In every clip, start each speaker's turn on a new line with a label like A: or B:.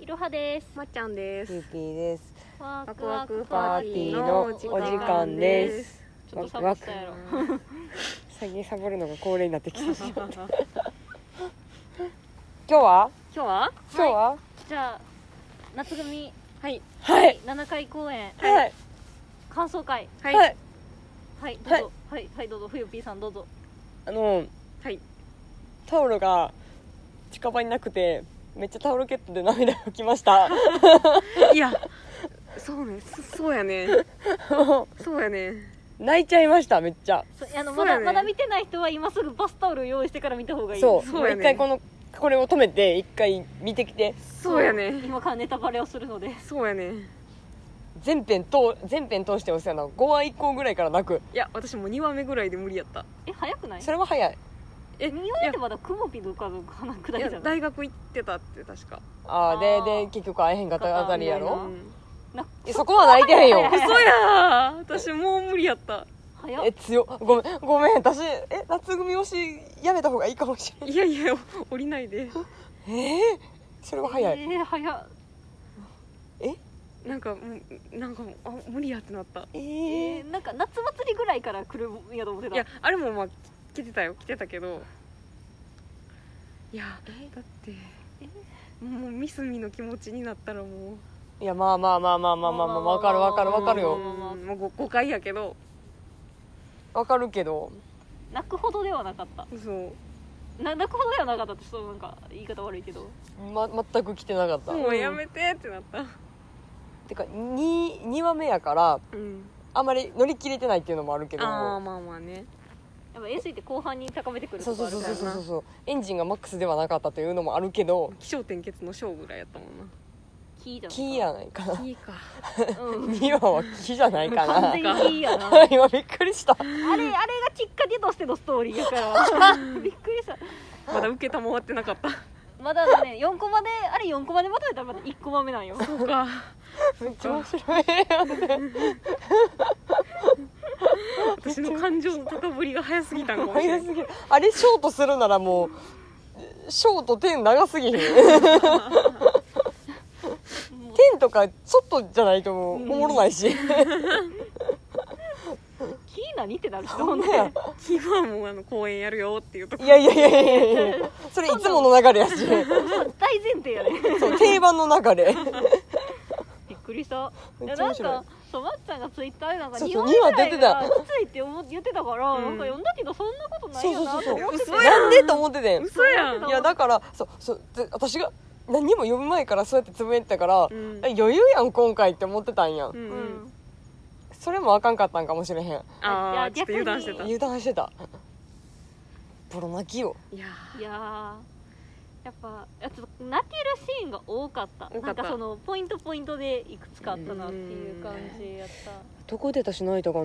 A: いろはです
B: まっちゃんです
C: ゆきです。
A: ワ
B: ワクワク
C: パーティーのお時間です。
A: ちょっとサボったやろ
C: 最近サボるのが恒例になってきてしまった。今日は
B: 今日は
C: 今日は
A: じゃあ夏組
B: はい
C: はい
A: 7回公演
C: はい
A: 感想会
B: はい
C: はい
A: はいどうぞはいはいどうぞふゆぴーさんどうぞ
C: あの
B: はい
C: タオルが近場になくてめっちゃタオルケットで涙がきま した。
B: いやそうねそそう やねそうやね
C: 泣いちゃいましためっちゃ。
A: そうあのま
B: そうや
A: だ
B: ね
A: まだ見てない人は今すぐバスタオルを用意してから見た方がいい
C: そう
B: そうやね
C: 一回このこれを止めて一回見てきて
B: そうやね
A: 今からネタバレをするので
B: そうやね
C: 全編と全編通してお世話な5話以降ぐらいから泣く。
B: いや私もう2話目ぐらいで無理やった
A: え早くない
C: それは早い。
B: えい
A: 見終えてまだ雲ピのかの花くだり
B: や
A: じゃない
B: 大学行ってたって確か
C: あ
A: あ
C: ー
A: ー
C: でで結局会えへんかったあたりや
B: う
C: ろ。
B: ん
A: な
C: えそこは泣いてへんよ。
B: 嘘やー私もう無理 やった
A: 早っ
C: え強っごめんごめん私え夏組推しやめた方がいいかもしれない
B: いやいや降りないで
C: ええそれは早い
A: えー早っ
B: なんかもうなんかもうあ無理やってなった
C: え
A: え
C: え
A: ーなんか夏祭りぐらいから来るんやと思ってた
B: いやあれもまあ来てたよ来てたけどいやだってもうミスミの気持ちになったらもう
C: いやまあまあまあまあまあまあまあわかるわかるわかる
B: う
C: よ
B: んもうご誤解やけど
C: わかるけど
A: 泣くほどではなかった
B: そう
A: な 泣くほどではなかったってちょっとなんか言い方悪いけど
C: ま全く来てなかった
B: もうやめてってなった
C: てか 2, 2話目やから
B: うん
C: あまり乗り切れてないっていうのもあるけど
B: ああまあまあね
A: やっぱ AC って後半に高めてくる
C: そ
A: と
C: う
A: こ
C: そ
A: あ
C: う
A: る
C: そう
A: か
C: そ
A: ら
C: うそう
A: な
C: そうエンジンがマックスではなかったというのもあるけど
B: 気象転結のショーぐらいやったもんな
A: キーじゃん
C: キーやないかな
B: キーか
A: うん
C: 2話はキーじゃないか
A: 完
C: な
A: 全にキーやな
C: 今びっくりした
A: あれあれがきっかけとしてのストーリーや からびっくりした
B: まだ受けたまわってなかった
A: まだね4コマであれ4コマでまとめたらまだ1コマ目なんよ
B: そうか
C: めっちゃ面白いやん
B: 私の感情の高ぶりが早すぎたんかもしれ
C: 早
B: な
C: す
B: い
C: ぎるあれショートするならもうショート点長すぎへん点とかちょっとじゃないともうおもろないし
A: キー何ってなる人ほんで
C: ねや
B: キーはもうあの公演やるよっていうとこ
C: いやいやいやいやいやそれいつもの流れやし
A: 大前提やね
C: そう定番の流れ
A: びっくりしたい
C: め
A: や
C: っちゃ
A: なん
C: 面白い
A: かそうまっちゃんがツイッターでなんか
C: そう
A: 2
C: そう
A: 話ぐらいが
C: 二
A: きついって思って言ってたから、
B: うん
A: なんか読んだけどそんなことないよなって思ってて
B: そうそうそう嘘や
C: なんでと思っててん
B: 嘘やん
C: いやだからそうそうで私が何にも読む前からそうやってつぶやいてたから、
B: うん
C: え余裕やん今回って思ってたんやん、
B: う
A: うんん
B: うん
C: それもあかんかったんかもしれへん
A: い
B: あ
A: や
B: あちょっと油断してた
A: 逆
B: い
C: 油断してたボロ泣きよ
B: や
A: いやーやっぱやっぱ泣けるシーンが多かった
B: 多か
A: な
B: っ
A: ん
B: た
A: かそのポイントポイントでいくつかあったなっていう感じやった
C: どこで私泣いたかな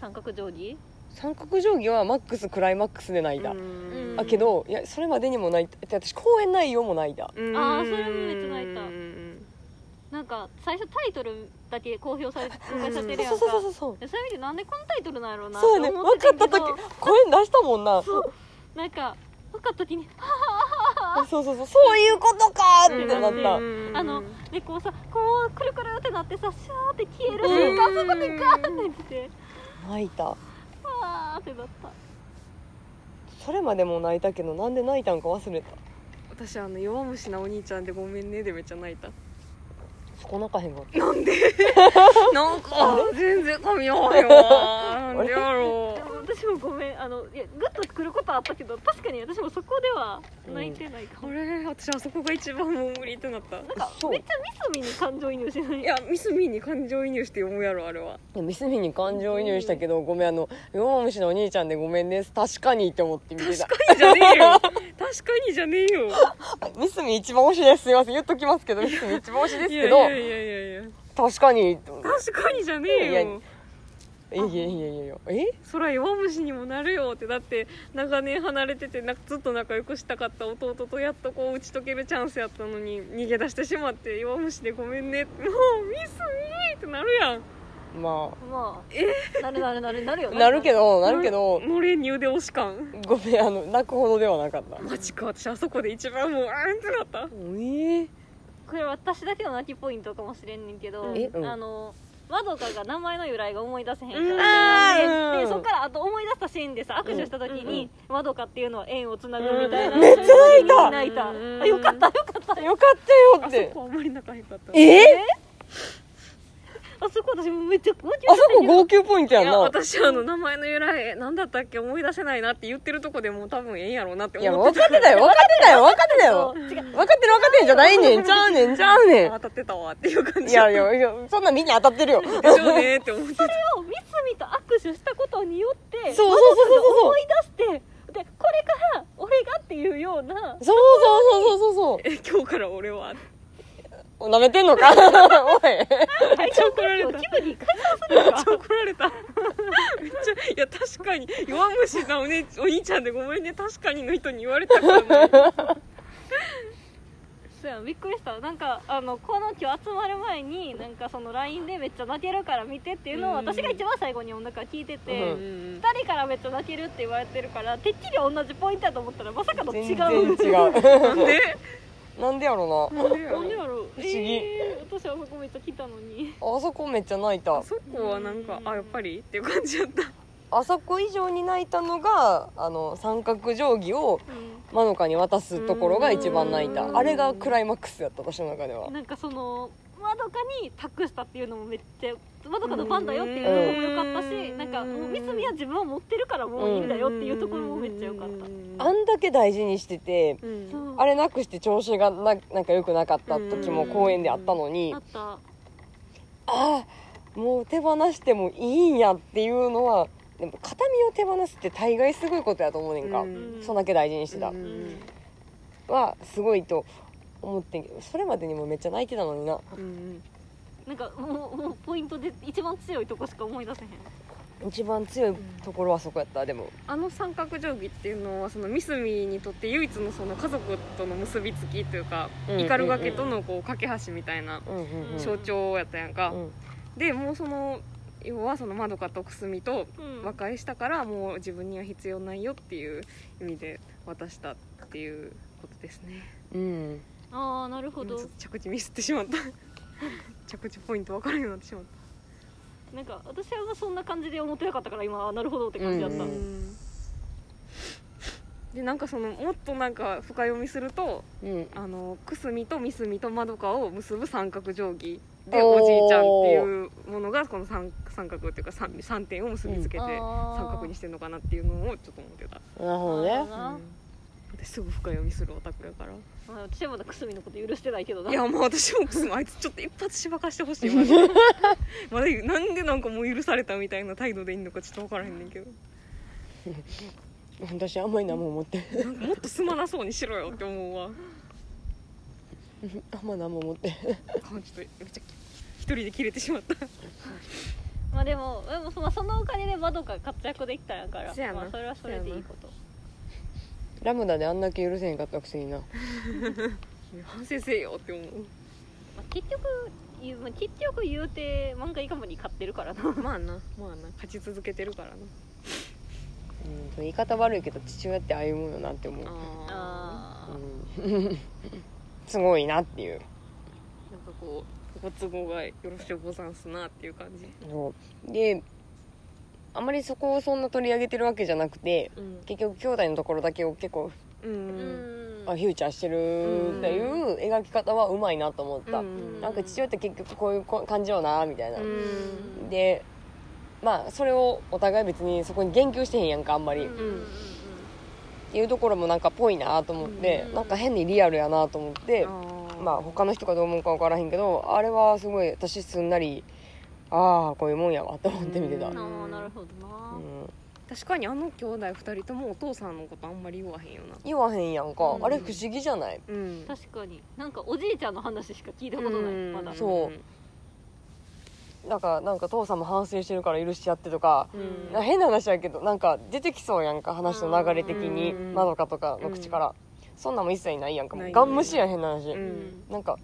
A: 三角定規
C: 三角定規はマックスクライマックスで泣いた、
B: うん
C: あけどいやそれまでにも泣いたで私公演内容も泣いた
B: うん
A: あーそれもめっちゃ泣いた
B: うん
A: なんか最初タイトルだけ公表されて公開されてるや
C: そ
A: ん
C: う
A: か
C: そうそうそう
A: でそういう意味でなんでこのタイトルなんやろうなって
C: そうやね
A: 思っ
C: 分
A: て
C: か
A: たけ
C: った
A: ど
C: 時公演出したもんなそう
A: そうなんか分かった時に
C: そうそうそういうことかーってな
A: う
C: っ
A: ん
C: た、
A: あのでこうさこうくるくるってなってさシャーって消える瞬
B: う
A: 間
B: ん
A: そこでガーって来て
C: 泣いた
A: あーってなった
C: それまでも泣いたけどなんで泣いたんか忘れた
B: 私あの弱虫なお兄ちゃんでごめんねでめっちゃ泣いた
C: そこ泣かへんかっ
B: なんでなんか全然噛み合わへん わなんでやろ
A: でも私もごめんあのいやグッとくることはあったけど確かに私もそこでは泣いてないか
B: う
A: も、
B: あれ私あそこが一番もう無理ってなった
A: なんか
C: そう
A: めっちゃミスミに感情移入してない
B: いやミスミーに感情移入して読むやろあれは
C: たミスミに感情移入したけど、ごめんあの弱虫のお兄ちゃんでごめんね確かにって思って見て
B: 確
C: た
B: かにじゃねえ よ確かにじゃねえよ
C: ミスミ一番推しですすいません言っときますけどミスミ一番推しです
B: い
C: け
B: やい
C: ど
B: やいやいやいや
C: 確かにって思って
B: 確かにじゃね
C: いや
B: え
C: いや
B: よ
C: いやいやいやいやいやえ
B: そら弱虫にもなるよってだって長年離れててなずっと仲良くしたかった弟とやっとこう打ち解けるチャンスやったのに逃げ出してしまって弱虫でごめんねもうミスミーってなるやん
C: ま
A: まあなるなるなるなるよ
C: あなるけどなるけど
B: のれんに腕押し感
C: ごめんあの泣くほどではなかった
B: マジか私あそこで一番もうあーんってなった
C: えー、
A: これ私だけの泣きポイントかもしれんねんけど、
B: うん
C: えうん
A: あの和どかが名前の由来が思い出せへんか
B: うん
A: ら、
C: あー
A: で
C: うん
A: そっからあと思い出したシーンでさ握手した時に、和どかっていうのは縁をつなぐみたいな、
B: うんめっち
C: ゃ
B: 泣いた
A: うんあよかったよかった
C: よかったよ
B: あそ
C: って
B: こあんまり仲良かった
C: え
A: あそこ私もめっちゃめっちゃ
C: あそこ号泣ポイントや
B: い
C: ん
B: や
C: な
B: 私あの名前の由来何だったっけ思い出せないなって言ってるとこでもう多分ええんやろうなって
C: いや
B: 思っ
C: 分
B: て
C: かってたよ分かってたよ分かってたよ
A: そう違う
C: 分かってる分かってんじゃないねんちゃうねんちゃうね
B: あ当たってたわっていう感
C: ん
B: じ
C: いやいやいやそんなんみんな当たってるよ
B: でしょうねって思ってた
A: をミスミと握手したことによって
C: そうそう
A: 和どか
C: そうそうそう
A: が思い出してでこれから俺がっていうような
C: そうそうそうそうそう
B: え今日から俺は
C: そう舐めてん のかおい
A: めっちゃ怒られた気分に解散する
B: めっちゃ怒られためっちゃいや確かに弱虫なお,、ね、お兄ちゃんでごめんね確かにの人に言われたからね
A: そうやびっくりしたなんかあのこの今日集まる前になんかその LINE でめっちゃ泣けるから見てっていうのを
B: うん
A: 私が一番最後に女から聞いてて、
C: う
A: 二
C: ん
A: 人からめっちゃ泣けるって言われてるからてっきり同じポイントだと思ったらまさかの違
C: 全
A: う
C: 然違
B: なん
C: う
B: で
C: なんでやろな
A: 何やろ
C: 不思議
A: えー、私はそこめっちゃ来たのに
C: あそこめっちゃ泣いた
B: そこはなんかあやっぱりっていう感じやった
C: あそこ以上に泣いたのがあの三角定規をまのかに渡すところが一番泣いうた
A: ん
C: あれがクライマックスやった私の中では
A: なんかそのまどかに託したっていうのもめっちゃまどかの番だよっていうのも良かったし
B: うん
A: なんかもう三つみは自分は持ってるからもういいんだよっていうところもめっちゃ良かった
C: あんだけ大事にしてて
B: うん
A: そう
C: あれなくして調子がななんか良くなかった時も公園であったのに
A: あった
C: ああもう手放してもいいんやっていうのはでも形見を手放すって大概すごいことやと思うねんか、
B: うん
C: そんだけ大事にしてた、
B: うん
C: はすごいと思ってんけどそれまでにもめっちゃ泣いてたのにな
B: うん
A: なんかもうもうポイントで一番強いとこしか思い出せへん
C: 一番強いところはそこやったでも
B: あの三角定規っていうのはそのミスミにとって唯一のその家族との結びつきというか
C: うん
B: 斑ガ家とのこう架け橋みたいな
C: うんうんうん
A: うん
B: 象徴やったやんか、
C: うん
B: でもうその要はそのまどかとくすみと
A: うん
B: 和解したからもう自分には必要ないよっていう意味で渡したっていうことですね
C: うん
A: ああなるほ
B: 今ちょ
A: ど
B: っと着地ミスってしまった着地ポイント分からんようになってしまっ、
A: なんか私はそんな感じで思ってなかったから今あーなるほどって感じだったた、
C: うん
B: でなんかそのもっとなんか深読みすると
C: うん
B: あのくすみとみすみとまどかを結ぶ三角定規でおじいちゃんっていうものがこの三三角っていうか三三点を結びつけて三角にしてるのかなっていうのをちょっと思ってた、
C: なるほどね
A: あ
B: 私すぐ深読みするオタクやから
A: ーまあ私はまだくすみのこと許してないけどない
B: やもう私もくすみあいつちょっと一発しばかしてほしいマジでまだなんでなんかもう許されたみたいな態度でいいのかちょっと分からへんねんけど
C: 私あんまり何も思って ない
B: なんかもっとすまなそうにしろよって思うわ
C: あんま何も思ってない
B: あちょっとめっちゃ一人で切れてしまった
A: まあでもでもそのそのお金で窓が活躍できたんやから
B: せやな
A: まあ、それはそれでいいこと
C: ラムダであんだけ許せへんかったくせにな
B: 反省せえよって思う
A: まあ、結局言うまあ結局言うて漫画以下まで買ってるから な
B: まあなまあな勝ち続けてるからな
C: うん言い方悪いけど父親ってああいうもんよなって思う、
A: あー
C: うん すごいなっていう
B: なんかこうご都合がよろしゅうござんすなっていう感じ
C: そうであまりそこをそんな取り上げてるわけじゃなくて
B: うん
C: 結局兄弟のところだけを結構、
B: う
A: うんん
C: あフューチャーしてるっていう描き方はうまいなと思った、
B: うん
C: なんか父親って結局こういうこ感じよなみたいな、
B: うん
C: でまあそれをお互い別にそこに言及してへんやんかあんまり、
A: うん
C: っ
A: うんうんうん
C: ていうところもなんかぽいなと思って、
A: うん
C: なんか変にリアルやなと思って、まあ他の人がどう思うか分からへんけどあれはすごい私すんなりああこういうもんやわと思って見てた、
B: う
C: うん
A: あ
C: ん
A: ーなるほどな、
B: 確かにあの兄弟2人ともお父さんのことあんまり言わへんよな
C: 言わへんやんか、
A: うん
C: あれ不思議じゃない
B: うん
A: 確かになんかおじいちゃんの話しか聞いたことない、まだ
C: そうなんかなんか父さんも反省してるから許しちゃってとか、
B: うん
C: なんか変な話やけどなんか出てきそうやんか話の流れ的に
B: うん
C: まどかとかの口から、そんなんも一切ないやんかも
B: な
C: う
B: い
C: ガン無視やん変な話、
B: うん
C: なんか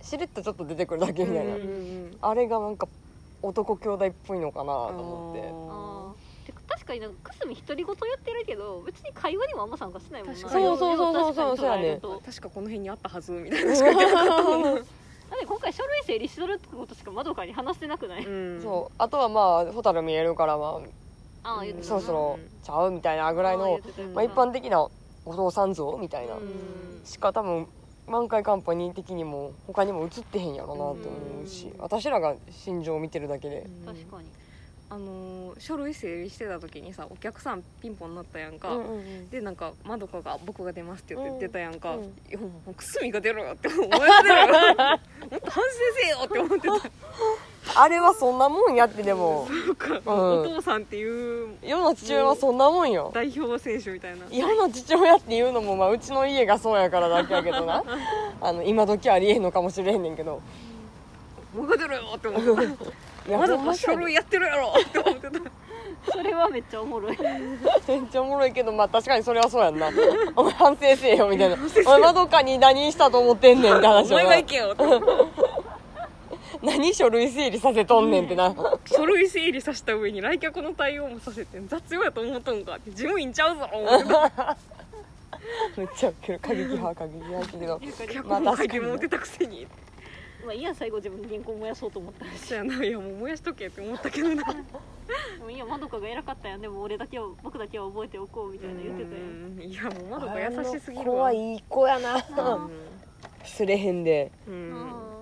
C: しれっとちょっと出てくるだけみたいな、
B: うんうんうん
C: あれがなんか男兄弟っぽいのかなと思って
A: あー
B: あ
A: てか確確かになんかくすみ独り言言ってるけど別に会話にもあんま参加してないもんな
B: 確かに
A: よね
C: そうそうそうそう
A: 確かに捉えると
B: 確かこの辺にあったはずみたいなしか言ってなかったもん
A: だって今回書類整理しとるってことしかまどかに話してなくない、
B: うん
C: そうあとはまあ蛍見えるからま
A: ああ言って
C: あ
A: た
C: そ
A: な
C: ろそろちゃうみたいなぐらいの、まあ、一般的なお父さん像みたいな
B: うん
C: しか多分満開カンパニー的にも他にも映ってへんやろなと思うし
B: うん
C: 私らが心情を見てるだけで
A: 確かに
B: あのー書類整理してた時にさお客さんピンポンになったやんか、
C: うんうんうん
B: でなんか「まどかが僕が出ます」って言って出たやんか「
C: うん
B: いやもうくすみが出ろよ」って思ってるよもっと反省せよって思ってた
C: あれはそんなもんやってでも
B: そうか、
C: うん
B: お父さんっていう
C: 世の父親はそんなもんよ
B: 代表選手みたいな
C: 世の父親っていうのも、まあ、うちの家がそうやからだけやけ どなあの今時ありえへんのかもしれへんねんけど
B: 僕が出ろよって思ってた
C: いや
B: まだ
C: ほん
B: か
C: まそ
B: 書
C: うや
B: 類
C: で
B: やってるやろって思ってた
A: それはめっちゃおもろい
C: めっちゃおもろいけどまあ確かにそれはそうや んなお前反省せえよみたいなお前まどかに何したと思ってんねんって
B: お
C: 話を
B: 前
C: な
B: が行けよって思って
C: 何書類整理させとんねんっ てな、
B: 書類整理させた上に来客の対応もさせて雑用やと思っとんかって事務員ちゃうぞ思ってた
C: めっちゃウケる過激派過激派やけど
B: 客
C: まあ
B: も
C: 確
B: 書
C: か
B: い
C: に
B: てもうてたくせに
A: まあいいや最後自分の銀行燃やそうと思ったし
B: そうやないやもう燃やしとけって思ったけどな
A: でもいいやまどかが偉かったやんでも俺だけは僕だけは覚えておこうみたいな言ってたやん
B: うんいやもうまどか優しすぎる
C: 怖
B: わ
C: いい子や
B: う
C: な
B: ん
C: すれへんで
B: うん
A: あ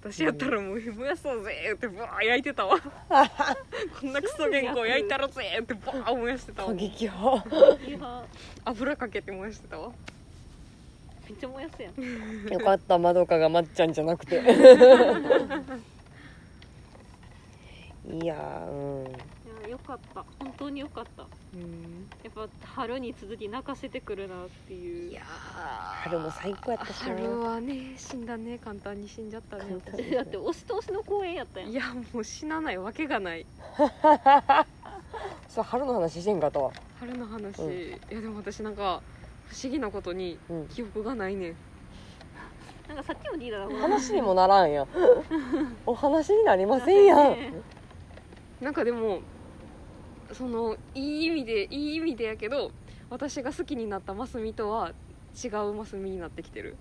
B: 私やったらもう燃やそうぜってブワー焼いてたわこんなクソ原稿焼いたらぜってブワー燃やしてた
C: 過
B: わ
C: 激派
A: ーいや
B: 油かけて燃やしてたわ
A: めっちゃ燃やすやん
C: よかったまどかがまっちゃんじゃな くていやーうん
A: いやよかった本当によかったや
B: うん
A: っぱ春に続き泣かせてくるなっていう
B: いや
C: 春も最高やったしな
B: 春はね死んだね簡単に死んじゃったね
C: 簡単
A: だって押し通しの公演やったやん
B: いやもう死なないわけがない
C: そう春の話してんかったわ
B: 春の話、
C: うん
B: いやでも私なんか不思議なことに
C: うん
B: 記憶がないねん
A: なんかさっきもリーダーが
C: 話にもなら んやんお話になりませんやん
B: なんかでもそのいい意味でいい意味でやけど私が好きになったマスミとは違うマスミになってきてる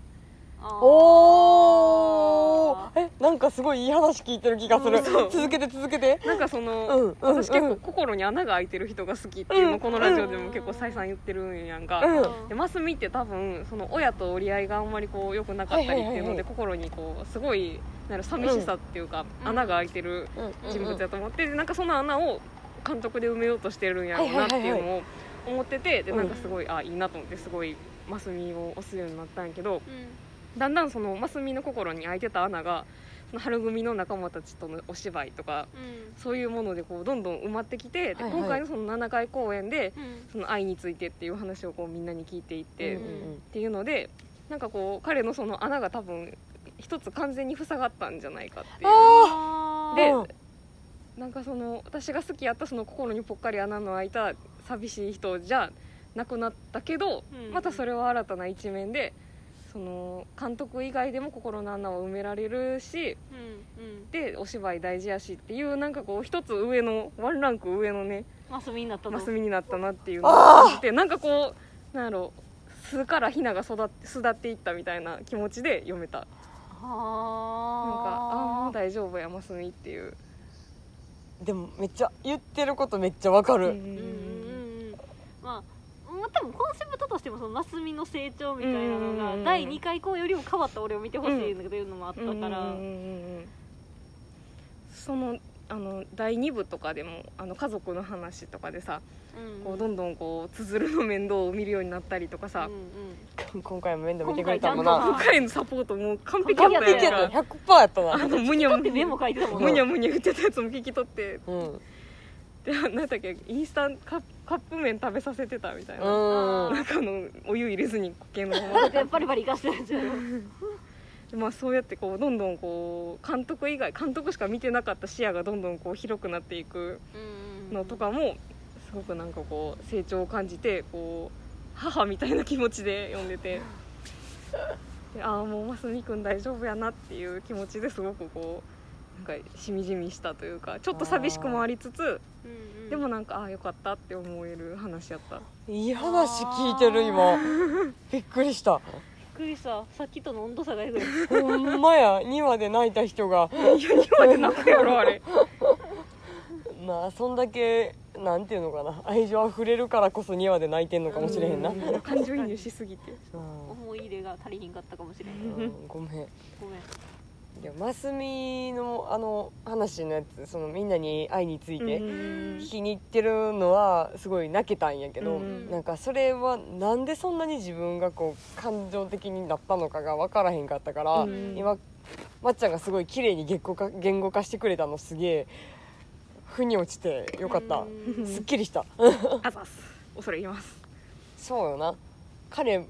C: お
A: あ
C: ーえなんかすごいいい話聞いてる気がする
B: うんそう
C: 続けて続けて
B: なんかそ
C: うん
B: の、
C: うん
B: 私結
C: う
B: 構
C: ん
B: 心に穴が開いてる人が好きっていうの、
C: うん
B: このラジオでも結構再三言ってるんやんか、
C: うん
B: でマスミって多分その親と折り合いがあんまりこう良くなかったりっていう
C: はいはい
B: の
C: はいは
B: で
C: い
B: 心にこうすごいなんやろ寂しさっていうか、
A: うん
B: 穴が開いてる人物だと思って、でなんかその穴を監督で埋めようとしてるんやろうなっていうのを思っててで
C: うん
B: なんかすごいあいいなと思ってすごいマスミを押すようになったんやけど
A: うん
B: だんだんそのマスミの心に開いてた穴がその春組の仲間たちとのお芝居とか
A: うん
B: そういうものでこうどんどん埋まってきてで
C: はいはい
B: 今回のその7回公演で
A: うん
B: その愛についてっていう話をこうみんなに聞いていって。
C: うんうん
B: っていうのでなんかこう彼のその穴が多分一つ完全に塞がったんじゃないかっていう
C: あ
A: あ
B: で
C: ー
B: なんかその私が好きやったその心にぽっかり穴の開いた寂しい人じゃなくなったけど、
A: うん
B: またそれは新たな一面でその監督以外でも心の穴を埋められるし
A: うんうん
B: でお芝居大事やしっていうなんかこう一つ上のワンランク上のね
A: マスミになったの
B: マス
A: う
B: ミになったなっていうのを感じてなんかこうなんやろ巣からヒナが育って巣立っていったみたいな気持ちで読めたなんかああーも
A: あ
B: う大丈夫やますみっていう、
C: でもめっちゃ言ってることめっちゃわか
A: う
C: る、
A: んうんうんうんまあまあ多分コンセプトとしてもそのマスミの成長みたいなの
B: うんうんうん
A: が第2回以降よりも変わった俺を見てほしいっていうのもあった
B: うんうん
A: から、
B: うんそのあの第2部とかでもあの家族の話とかでさ、
A: うん
B: こうどんどんこうつづるの面倒を見るようになったりとかさ、
C: 今回も面倒見てくれたもん
A: 今回
C: な
B: 今回のサポートもう完璧や
C: 完
B: った
C: 璧
B: や
C: や
B: ん
C: っ
B: か
C: た100%やった
B: あ
C: な
B: のむにゃ
A: だっ
B: む
A: て
B: に
A: メ
B: ゃ
A: モ書いてたもん
B: むにゃむにゃ言ってたやつも聞き取って
C: うんうん
B: でなんだったっけインスタンカカップ麺食べさせてたみたいな、
C: うん
B: なんかあのお湯入れずに固形のまま
A: だってバリバリ生かしてるんですよ
B: まあ、そうやってこうどんどんこう監督以外監督しか見てなかった視野がどんどんこう広くなっていくのとかもすごくなんかこう成長を感じてこう母みたいな気持ちで読んでてでああもう真澄君大丈夫やなっていう気持ちですごくこうなんかしみじみしたというかちょっと寂しくもありつつ
A: うんうん
B: でもなんかああよかったって思える話やった
C: いい話聞いてる今びっくりした
A: びっくりしたさっきとの温度差がえぐい
C: ほんまや2話で泣いた人が
B: 今で泣くやろあれ
C: まあそんだけなんていうのかな愛情あふれるからこそ2話で泣いてんのかもしれへんな、うん
B: う感情移入しすぎて
A: 思い入れが足りひんかったかもしれない
C: うんごめ
A: ご
C: ん
A: めん
C: いやマスミのあの話のやつそのみんなに愛について
B: うん
C: 聞きに行ってるのはすごい泣けたんやけど、
B: うん
C: なんかそれはなんでそんなに自分がこう感情的になったのかが分からへんかったから、
B: うん
C: 今まっちゃんがすごい綺麗に言語化言語化してくれたのすげえ腑に落ちてよかった、
A: うん
C: すっきりした
B: あざっす恐れ入ります
C: そうよな彼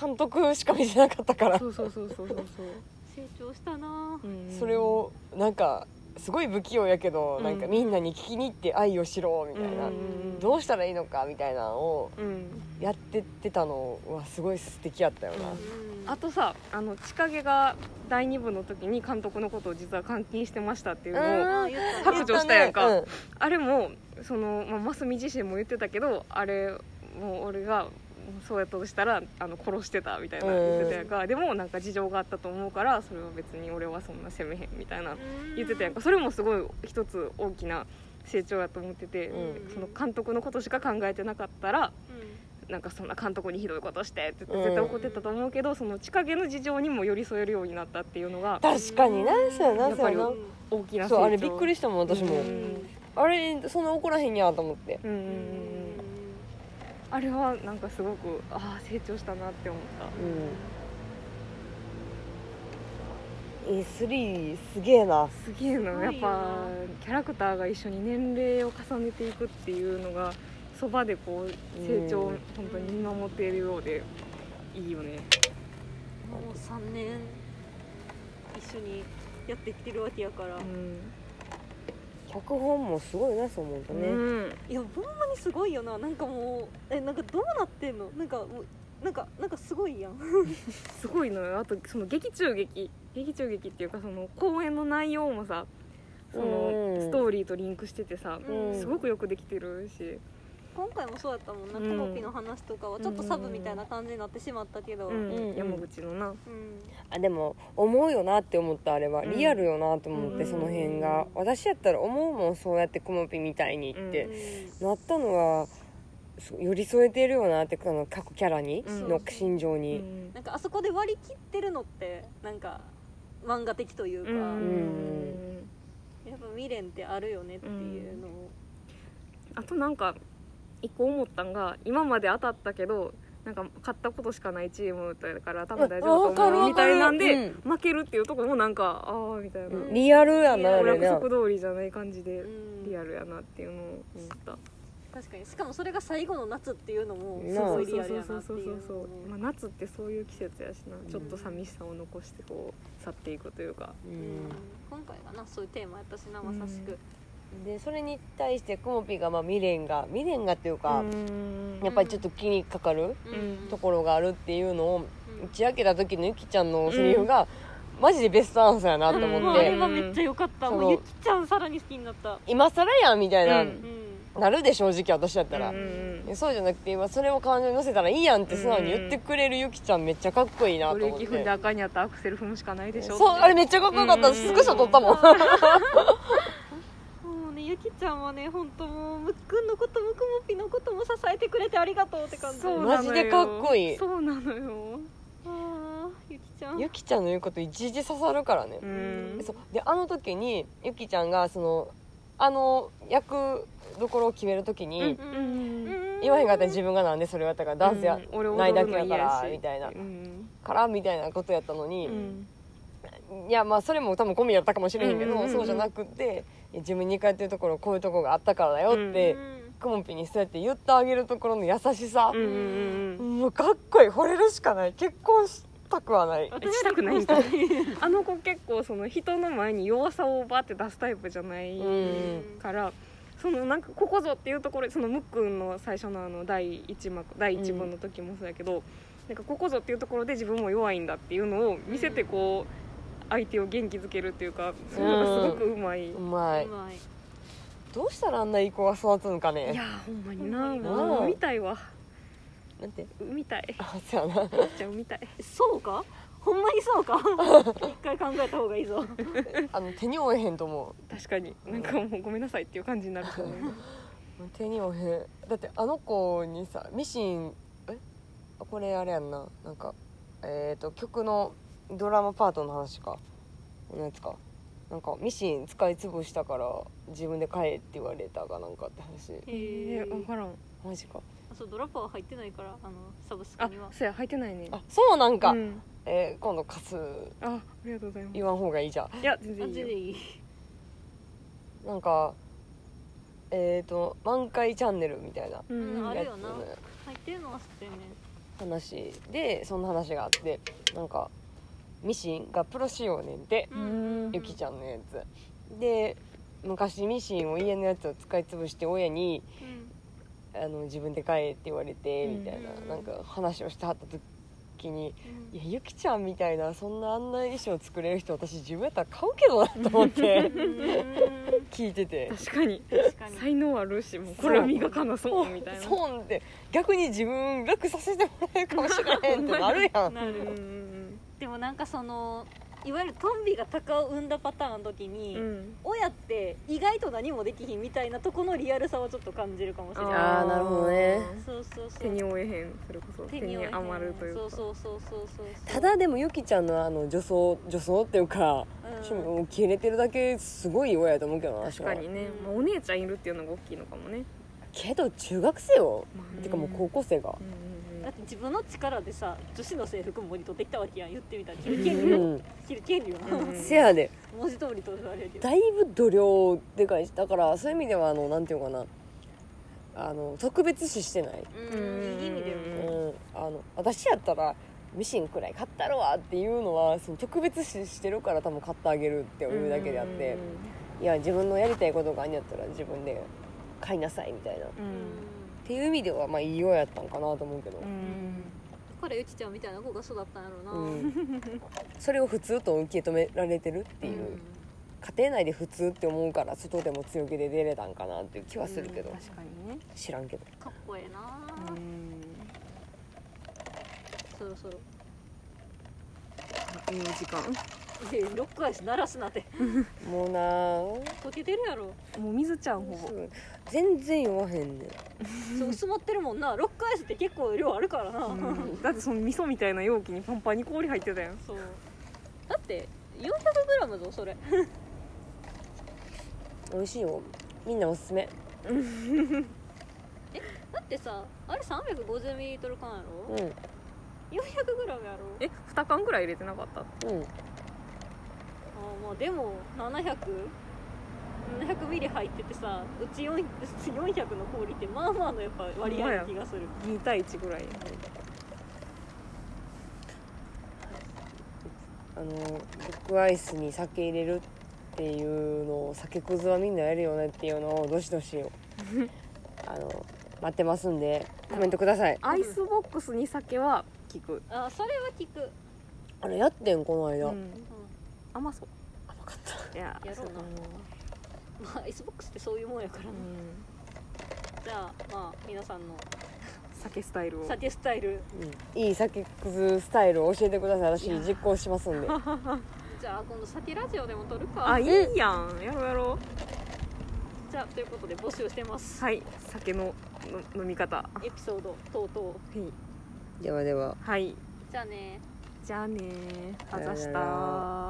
C: 監督しか見てなかったから
B: そうそうそうそうそうそう
A: 成長したなぁ
C: それをなんかすごい不器用やけど、
B: うん
C: なんかみんなに聞きに行って愛をしろみたいな、
B: うん
C: どうしたらいいのかみたいなのを
B: うん
C: やってってたのはすごい素敵やったよな、
B: う
A: う
B: ん
A: ん
B: あとさあの千景が第2部の時に監督のことを実は監禁してましたっていうのを
A: あ言った
B: 白状したやんか
C: 言っ
B: あれもその、まあ、マスミ自身も言ってたけどあれもう俺がそうやったとしたらあの殺してたみたいな
C: うん
B: 言ってたやんか、でもなんか事情があったと思うからそれは別に俺はそんな責めへんみたいな言ってたやんかそれもすごい一つ大きな成長やと思ってて、
C: うん
B: その監督のことしか考えてなかったら
A: う
B: なんかそんな監督にひどいことしてって
C: うん
B: 絶対怒ってたと思うけど、その千景の事情にも寄り添えるようになったっていうのが
C: うん確かにな
A: うん
C: そうや
B: や
C: な
B: っ
C: そう
B: ぱ
C: や
B: り
C: な
A: うん
B: 大きな成長
C: そうあれびっくりしたもん私も、
B: うん
C: あれそんな怒らへんやと思って
B: うんうんうんうん
A: う
B: あれはなんかすごくああ成長したなって思った
C: うん A3 すげえな
B: すげえな
A: すごいよ
B: やっぱキャラクターが一緒に年齢を重ねていくっていうのがそばでこう成長を
C: うん
B: 本当に見守っているようでいいよね
A: んもう3年一緒にやってきてるわけやから、
B: うん、
C: 脚本もすごいなそう思うとね、
B: うん
A: いやほんまにすごいよななんかもうえなんかどうなってんのなんかもうなんかなんかすごいやん、
B: すごいのよあとその劇中劇劇中劇っていうかその公演の内容もさその
C: うん
B: ストーリーとリンクしててさ
C: うん
B: すごくよくできてるし、
A: 今回もそうやったもんな
B: うん
A: ともぴの話とかはちょっとサブみたいな感じになってしまったけど、
B: うん
C: うん
B: 山口のな
A: うん
C: あでも思うよなって思ったあれは
B: うん
C: リアルよなと思って、
B: うん
C: その辺が私やったら思うもんそうやってくもぴみたいにっ
A: う
C: て、
A: ん
C: なったのはそう寄り添えてるよなってこの各キャラに、
B: うん
C: の心情
B: う
C: に、
B: ん
A: なんかあそこで割り切ってるのってなんか漫画的というか、
B: うん
A: やっぱ未練ってあるよねっていうのを、
B: あとなんか一個思ったんが今まで当たったけどなんか勝ったことしかないチームだから多分大丈夫だと思うみたいなんで、負けるっていうところもなんかああみたいな、
A: うん
C: リアルやなあ
B: お
C: れ
B: 約
C: な
B: 束通りじゃない感じで
A: うん
B: リアルやなっていうのを知った、
A: 確かにしかもそれが最後の夏っていうのもす
C: なあ
A: ご
B: そう
A: い
B: そ
A: リア
B: う
A: ル
B: そう
A: やな
B: そ
A: って
B: うそう
A: い
B: そ
A: う
B: う
A: のをね
B: まあ、夏ってそういう季節やしな、
C: ん
B: ちょっと寂しさを残してこう去っていくというか
C: う
A: うんん今回がなそういうテーマやったしなまさしく、
C: でそれに対してくもぴがまあ未練が未練がっていうか、
B: うん
C: やっぱりちょっと気にかかる
A: うんん
C: ところがあるっていうのを
A: うん
C: 打ち明けた時のゆきちゃんのセリフが、マジでベストアンサーやなと思
A: もう
C: っ
A: あ
C: て、
A: れはめっちゃ良かった
C: その
A: もうゆきちゃんさらに好きになった
C: 今更やんみたいな、
B: うん
A: うん
C: なるで正直私だったら、
B: うんうん
C: そうじゃなくて今それを感情に乗せたらいいやんって素直に言ってくれるゆきちゃんめっちゃかっこいいな
B: ブ
C: と
B: レー
C: 思っ
B: キ
C: て
B: 踏んで赤にあったアクセル踏むしかないでしょ
C: そうあれ
B: ね
C: めっちゃかっこよかった、
B: うん
C: スクショ撮ったもん
A: もうねゆきちゃんはね本当もうむっくんのこともくもぴのことも支えてくれてありがとうって感じ
B: そうな
C: マ
B: のよ
C: ジでかっこいい
B: そうなのよ
A: あーゆきちゃん
C: ゆきちゃんの言うこといちいち刺さるからね、
B: うん
C: そうであの時にゆきちゃんがそのあの役どころを決める時に、
B: うんうん
C: 言わへんかったら自分がなんでそれをやったからダンスや、
B: 俺踊るの
C: ないだけやか
B: 嫌
C: ら
B: し
C: みたいな
B: うん
C: からみたいなことやったの
B: う
C: に、
B: ん
C: いやまあそれも多分込みやったかもしれへんけど、
B: うんうんうん
C: そうじゃなくていや自分に通ってるところこういうところがあったからだよって、
A: うん
C: くもぴにそうやって言ってあげるところの優しさ
B: うんう、ん
C: もうかっこいい惚れるしかない結婚したくはない
A: 私より
B: したくないんだ
A: こうしたい
B: うん あの子結構その人の前に弱さをバーって出すタイプじゃない
C: うん
B: から、そのなんかここぞっていうところでそのムックンの最初のあの第1幕第1部の時もそうやけど、なんかここぞっていうところで自分も弱いんだっていうのを見せてこう、相手を元気づけるっていうかそれ
C: うん
B: がすごくうまい、
C: うまいう
A: まい
C: どうしたらあんな子が育つのか
B: いや
C: ね
B: ーほんまにな
A: うん
B: もう産みたいわ
C: なんて
B: 産みたい
C: あそうやな
B: じゃあ産みたい
A: そうかほんまにそうか一回考えた方がいい ぞ
C: あの手に負えへんと思
B: 確かになんかもうごめんなさいっていう感じになると思う
C: う手に負えへんだってあの子にさミシンえあこれあれやんななんかえっ、と曲のドラマパートの話かこのやつかなんかミシン使い潰したから自分で買えって言われたかなんかって話
B: え
A: え
B: ー、分からん
C: マジか
A: そうドラパーは入ってないからあのサブスク
B: あ
A: には
B: そうや入ってないね
C: あそうなんか、
B: うん、
C: えー今度貸す
B: あありがとうございます
C: 言わん方がいいじゃん
B: いや全
A: マ
B: 然いい
A: ジ
B: よ
A: でいい
C: なんかえっ、と満開チャンネルみたいな
B: う
A: うん
B: ん、
A: あ
B: あ
A: れ
B: れ
C: やつの
A: 入ってるのは知ってるね
C: 話でそんな話があってなんかミシンがプロ仕様ねんて
A: う
B: うん
C: ゆきちゃんのやつで昔ミシンを家のやつを使い潰して親に
A: うん
C: あの自分で買えって言われて
B: うん
C: みたいな,、
A: うん
C: なんか話をしてはった時に
A: うん
C: いやゆきちゃんみたいなそんなあんな衣装作れる人私自分やったら買うけどなと思っ
A: う
C: て
A: ん
C: 聞いてて
B: 確かに
A: 確かに
B: 才能あるしもうこれは磨かなそうみたいなう
C: 損って逆に自分楽させてもらえるかもしれへんってなるやん
A: なる
B: ん
A: でもなんかそのいわゆるトンビが鷹を生んだパターンの時に、
B: うん
A: 親って意外と何もできひんみたいなとこのリアルさはちょっと感じるかもしれない
C: あーなるほどね
A: そうそうそう
B: 手に負えへんそれこそ手に
A: 負えへん
B: 余るというか
A: そうそうそうそうそう
C: ただでもゆきちゃんのあの女装女装っていうか趣味
A: うん
C: もう切れてるだけすごい親やと思うけどな
B: 確かにね、
A: うん
B: まあ、お姉ちゃんいるっていうのが大きいのかもね、
C: けど中学生よ
B: まあね
C: てかもう高校生が
B: うんうんうん
A: だって自分の力でさ女子の制服も取ってきたわけやん言ってみたら着る
C: う
A: 権利よ
C: ん
A: 着る権利よ
B: うんうん
C: せやで
A: 文字通り取られるよ
C: だいぶ度量でかいしだからそういう意味ではあのなんていうのかなあの特別視してない、
A: うんいい意味でよ
C: う
B: うんん
C: あの私やったらミシンくらい買ったるわっていうのはその特別視してるから多分買ってあげるっていうだけであって、いや自分のやりたいことがあんやったら自分で買いなさいみたいなっ
B: うん
C: ていう意味ではまあいいようやったんかなと思うけど、
B: うんう
A: うんんだからゆきちゃんみたいな子が育ったんやろうな、
C: う
A: うん
C: ん、それを普通と受け止められてるっていう、家庭内で普通って思うから外でも強気で出れたんかなっていう気はするけど、
B: うん確かにね
C: 知らんけど
A: かっこええな、
B: うん
A: そろそろ
B: いい時間
A: いやロックアイス鳴らすなって
C: もうな
A: 溶けてるやろ
B: もうみずちゃんほぼ
C: ぁ全然言わへんねん
A: そう薄まってるもんなロックアイスって結構量あるからな、
B: うんだってその味噌みたいな容器にパンパンに氷入ってたやん
A: そうだって 400g ぞそれ
C: 美味しいよみんなおすすめ
A: だってさあれ 350ml 缶や
C: う
A: ろ
C: ん
A: 400g やろ
B: え2缶ぐらい入れてなかった
C: うん
A: あーまあでも700700ミリ入っててさうち4 400の氷ってまあまあのやっぱ割合の気がする
B: 2対1ぐらいや
C: あのロックアイスに酒入れるっていうのを酒くずはみんなやるよねっていうのをどし どしあの待ってますんでコメントください
B: アイスボックスに酒は効く、
A: あーそれは聞く、
C: あれやってんこの間、
B: うん
A: う
B: 甘そう
C: 甘かった
B: いや
A: やろうな
B: そう
A: まあアイスボックスってそういうもんやからな、
B: ううん
A: じゃあまあ皆さんの
B: 酒スタイルを
A: 酒スタイル
C: うんいい酒くずスタイルを教えてください私実行します んで
A: じゃあ今度酒ラジオでも撮るか
B: あいいやんやろうやろ
A: じゃあということで募集してます
B: うはい酒のの飲み方
A: エピソード等々
C: ではでは
B: はい
A: じゃあね
B: じゃあねーあざし
C: さよ
B: た
C: な
B: ー